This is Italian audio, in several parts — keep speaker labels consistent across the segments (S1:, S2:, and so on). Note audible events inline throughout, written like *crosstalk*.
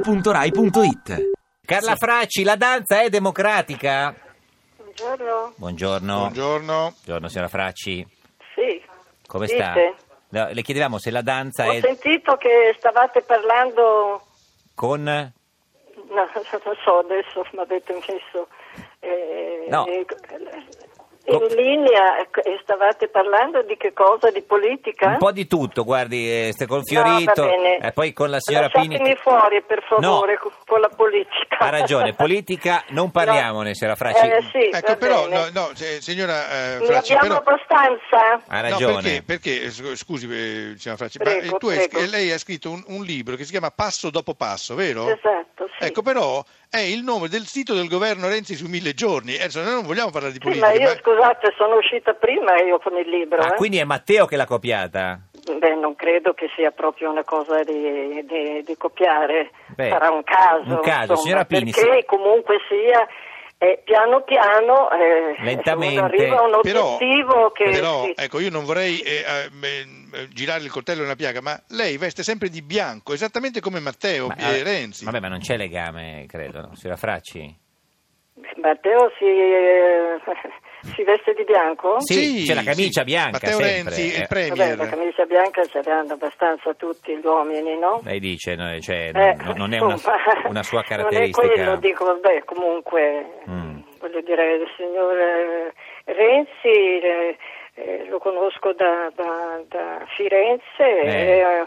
S1: radio2pod.rai.it
S2: Carla Fracci, la danza è democratica?
S3: Buongiorno.
S2: Buongiorno.
S4: Buongiorno.
S2: Buongiorno, signora Fracci.
S3: Sì.
S2: Come
S3: Dite.
S2: sta? No, le chiedevamo se la danza
S3: Ho
S2: è
S3: sentito che stavate parlando,
S2: con...
S3: no, non so adesso, *laughs* ma avete messo eh,
S2: No.
S3: eh,
S2: Co-
S3: in linea ecco, e stavate parlando di che cosa? Di politica?
S2: Un po' di tutto, guardi, eh, st- con
S3: No,
S2: Fiorito,
S3: va bene.
S2: e poi con la signora
S3: Lasciatemi
S2: Pini.
S3: fuori per favore
S2: No.
S3: con- con la politica.
S2: Ha
S3: *laughs*
S2: ragione, politica non parliamone, signora Fracci.
S3: Eh, sì, va
S4: Ecco, però,
S3: bene.
S4: no, no, se- signora eh,
S3: ne
S4: Fracci,
S3: abbiamo
S4: però... Ecco.
S3: abbastanza?
S2: Ha
S4: No,
S2: ragione.
S4: perché, perché, scu- scusi, eh, signora Fracci, ma
S3: Prego,
S4: eh, tu hai-
S3: prego.
S4: eh, lei ha scritto un, un libro che si chiama Passo dopo passo, vero?
S3: Esatto, sì.
S4: Ecco, però è il nome del sito del governo Renzi su mille giorni. Adesso noi non vogliamo parlare di
S3: Sì,
S4: politica.
S3: ma io scusate, sono uscita prima io con il libro.
S2: Ah,
S3: eh.
S2: quindi è Matteo che l'ha copiata?
S3: Beh, non credo che sia proprio una cosa di, di- di copiare,
S2: Beh,
S3: sarà un caso.
S2: un caso.
S3: insomma,
S2: Signora Pini,
S3: Perché
S2: se-
S3: comunque sia, eh, piano piano, eh,
S2: Lentamente.
S3: uno arriva a un
S4: però,
S3: obiettivo che...
S4: però,
S3: sì.
S4: ecco, io non vorrei eh, eh, eh, girare il coltello nella piaga, ma lei veste sempre di bianco, esattamente come Matteo
S2: Ma-
S4: eh, Renzi.
S2: Vabbè, ma non c'è legame, credo, no? signora Fracci?
S3: Matteo si, eh, *laughs* si veste di bianco?
S2: Sì, c'è la camicia bianca,
S4: Matteo
S2: sempre.
S4: Renzi,
S2: Eh,
S3: Vabbè,
S4: il premier.
S3: la camicia bianca ce l'hanno abbastanza tutti gli uomini, no?
S2: Lei dice, no, cioè,
S3: Eh,
S2: non, non è una,
S3: *laughs* insomma,
S2: una sua
S3: Non è
S2: caratteristica.
S3: quello, dico, vabbè, comunque,
S2: Mm.
S3: voglio dire, il signor eh, Renzi eh, eh, lo conosco da, da- da Firenze,
S2: Eh,
S3: è,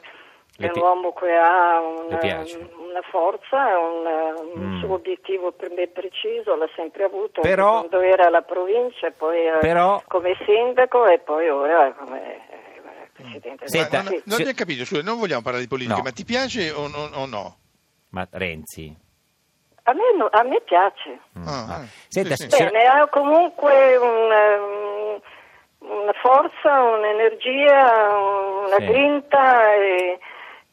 S2: le
S3: è un
S2: pi-
S3: uomo che ha un-
S2: le piace.
S3: una forza, un, un
S2: Mm.
S3: suo obiettivo per me preciso, l'ha sempre avuto anche
S2: Però-
S3: quando era alla provincia, e poi eh,
S2: Però-
S3: come sindaco e poi ora come eh, presidente del
S2: Senta,
S4: Ma non,
S3: Consiglio.
S4: non
S2: Sì.
S4: ne ho capito, scusa, non vogliamo parlare di politica,
S2: No.
S4: ma ti piace o, o- o no?
S2: Ma Renzi.
S3: A me no- a me piace.
S2: Mm,
S4: Ah,
S2: no.
S4: eh,
S2: Senta,
S4: sì, sì.
S2: signora-
S3: Bene, ha comunque un, ehm, una forza, un'energia, una
S2: Sì.
S3: grinta e,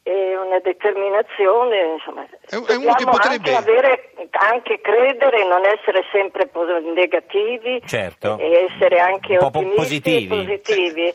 S3: e una determinazione. Insomma,
S4: È- è uno che
S3: Dobbiamo
S4: potrebbe-
S3: anche avere, anche credere, non essere sempre po- negativi
S2: Certo.
S3: e essere anche
S2: Un po' po-
S3: ottimisti
S2: positivi.
S3: e positivi.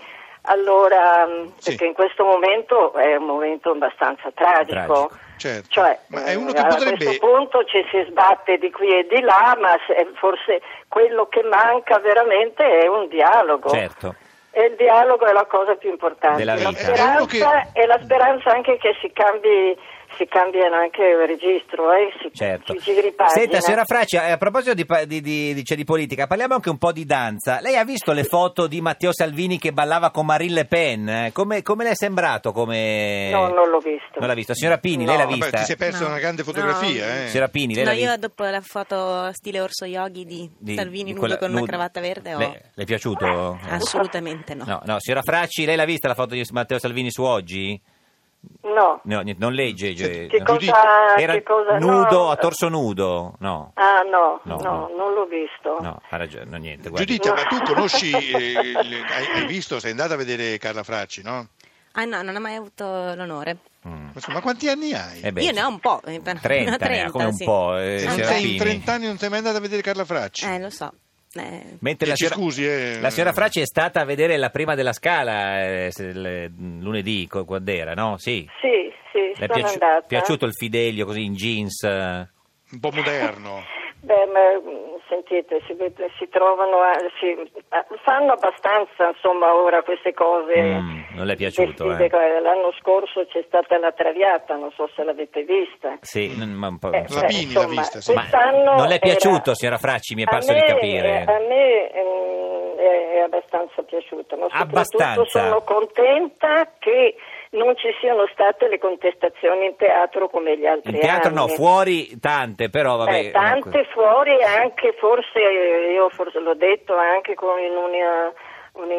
S3: Allora, mh,
S4: Sì.
S3: perché in questo momento è un momento abbastanza
S2: Tragico.
S4: Certo.
S3: cioè,
S4: Ma è uno
S3: eh,
S4: che
S3: A
S4: potrebbe-
S3: questo punto ci si sbatte di qui e di là, ma se- forse quello che manca veramente è un dialogo.
S2: Certo.
S3: E il dialogo è la cosa più importante.
S2: Della
S3: la
S2: vita.
S3: speranza,
S4: È uno
S3: e la speranza anche che si cambi si cambiano anche il registro, eh, si,
S2: Certo.
S3: si giri pagina.
S2: Senta, signora Fracci, eh, a proposito di, pa- di- di- di- cioè, di politica, parliamo anche un po' di danza. Lei ha visto le foto di Matteo Salvini che ballava con Marine Le Pen? Eh, Come, come le è sembrato? Come...
S3: No, non l'ho visto.
S2: Non l'ha visto. Signora Pini,
S3: No.
S2: lei l'ha
S3: Vabbè,
S2: vista?
S4: Vabbè, ti sei perso
S5: No.
S4: una grande fotografia,
S5: No.
S4: eh.
S2: Signora Pini, lei
S5: No,
S2: l'ha
S5: io
S2: vista?
S5: dopo la foto stile orso yogi di,
S2: Di-
S5: Salvini
S2: di
S5: nudo
S2: quella-
S5: con una
S2: nudo.
S5: cravatta verde oh. Ah, ho-
S2: Le, le è piaciuto? Eh.
S5: Assolutamente no.
S2: No, no, signora Fracci, lei l'ha vista la foto di Matteo Salvini su oggi?
S3: No.
S2: No, niente, non legge. cioè-
S3: Che
S2: no.
S3: cosa,
S2: Era
S3: che cosa- Ah, no.
S2: nudo, a torso nudo? No,
S3: Ah no,
S2: No,
S3: no,
S2: no.
S3: non l'ho visto.
S2: no, ha ragione, no, niente. guardi.
S4: Giuditta,
S3: No.
S4: ma tu
S5: *laughs*
S4: conosci, eh, le- hai, hai visto, sei andata a vedere Carla Fracci, no?
S5: Ah no, non ho mai avuto l'onore.
S2: Mm.
S4: Ma insomma, quanti anni hai?
S2: Eh beh,
S5: io
S2: sì.
S5: ne ho un po'. eh, per-
S2: 30,
S5: *laughs* una
S2: ne ha come un
S5: sì.
S2: po', eh,
S4: Se
S5: Ah,
S2: signora
S4: non
S5: beh.
S4: sei in
S2: Pini.
S4: 30 anni non sei mai andata a vedere Carla Fracci.
S5: Eh, lo so. Eh,
S2: Mentre
S4: Eh,
S2: la
S4: ci
S2: signora,
S4: scusi, eh.
S2: la signora Fracci è stata a vedere la prima della Scala eh, se- il- lunedì, co- quando era, no? Sì.
S3: Sì, sì,
S2: Le è
S3: sono
S2: piaci-
S3: andata.
S2: piaciuto il Fidelio così in jeans? eh?
S4: Un po'
S2: *laughs*
S4: moderno.
S3: Beh, ma, mh, sentite, si, vede- si trovano, a- si, a- fanno abbastanza insomma ora queste cose.
S2: Mm, non le è piaciuto,
S3: Vestite
S2: eh.
S3: co- L'anno scorso c'è stata la traviata, non so se l'avete vista.
S2: Sì, non- ma un po'.
S3: Eh,
S2: non so.
S4: La
S3: cioè,
S4: Bini l'ha
S3: insomma,
S4: vista, sì.
S2: Ma
S3: quest'anno
S2: non le è piaciuto,
S3: era-
S2: signora Fracci? Mi è
S3: a
S2: parso di
S3: me-
S2: capire.
S3: eh, A me ehm, è, è abbastanza piaciuto, ma soprattutto
S2: Abbastanza.
S3: sono contenta che non ci siano state le contestazioni in teatro come gli altri
S2: In teatro
S3: anni.
S2: no, fuori tante, però vabbè.
S3: Eh, tante fuori anche forse, io forse l'ho detto anche con- in una-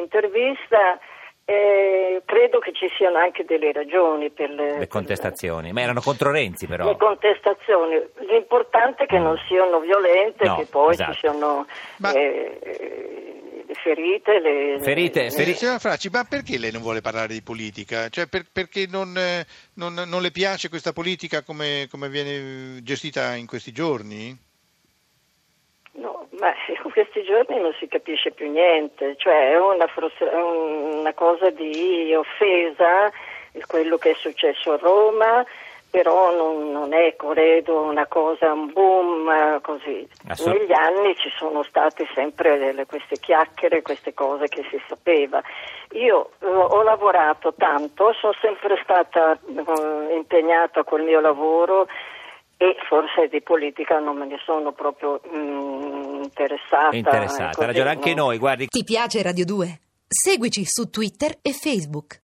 S3: un'intervista, eh, credo che ci siano anche delle ragioni per le,
S2: le contestazioni. Ma erano contro Renzi, però.
S3: le contestazioni. L'importante è che non siano violente,
S2: No,
S3: che poi
S2: esatto.
S3: ci siano
S4: Ma-
S3: eh, eh, le ferite. le-
S2: Ferite,
S3: le-
S2: Feri-
S4: Eh, signora Fracci, ma perché lei non vuole parlare di politica? Cioè, per- perché non, eh, non- non le piace questa politica come, come viene gestita in questi giorni?
S3: No, ma *laughs* in questi giorni non si capisce più niente, cioè è una, frustra- è una cosa di offesa quello che è successo a Roma, però non, non è, credo, una cosa, un boom eh, così.
S2: Assol-
S3: Negli anni ci sono state sempre delle- queste chiacchiere, queste cose che si sapeva. Io eh, ho lavorato tanto, sono sempre stata eh, impegnata col mio lavoro e forse di politica non me ne sono proprio mm, interessata. ecco,
S2: Interessata, ha
S3: così,
S2: ragione anche
S3: eh, no?
S2: noi, guardi.
S1: Ti piace Radio 2? Seguici su Twitter e Facebook.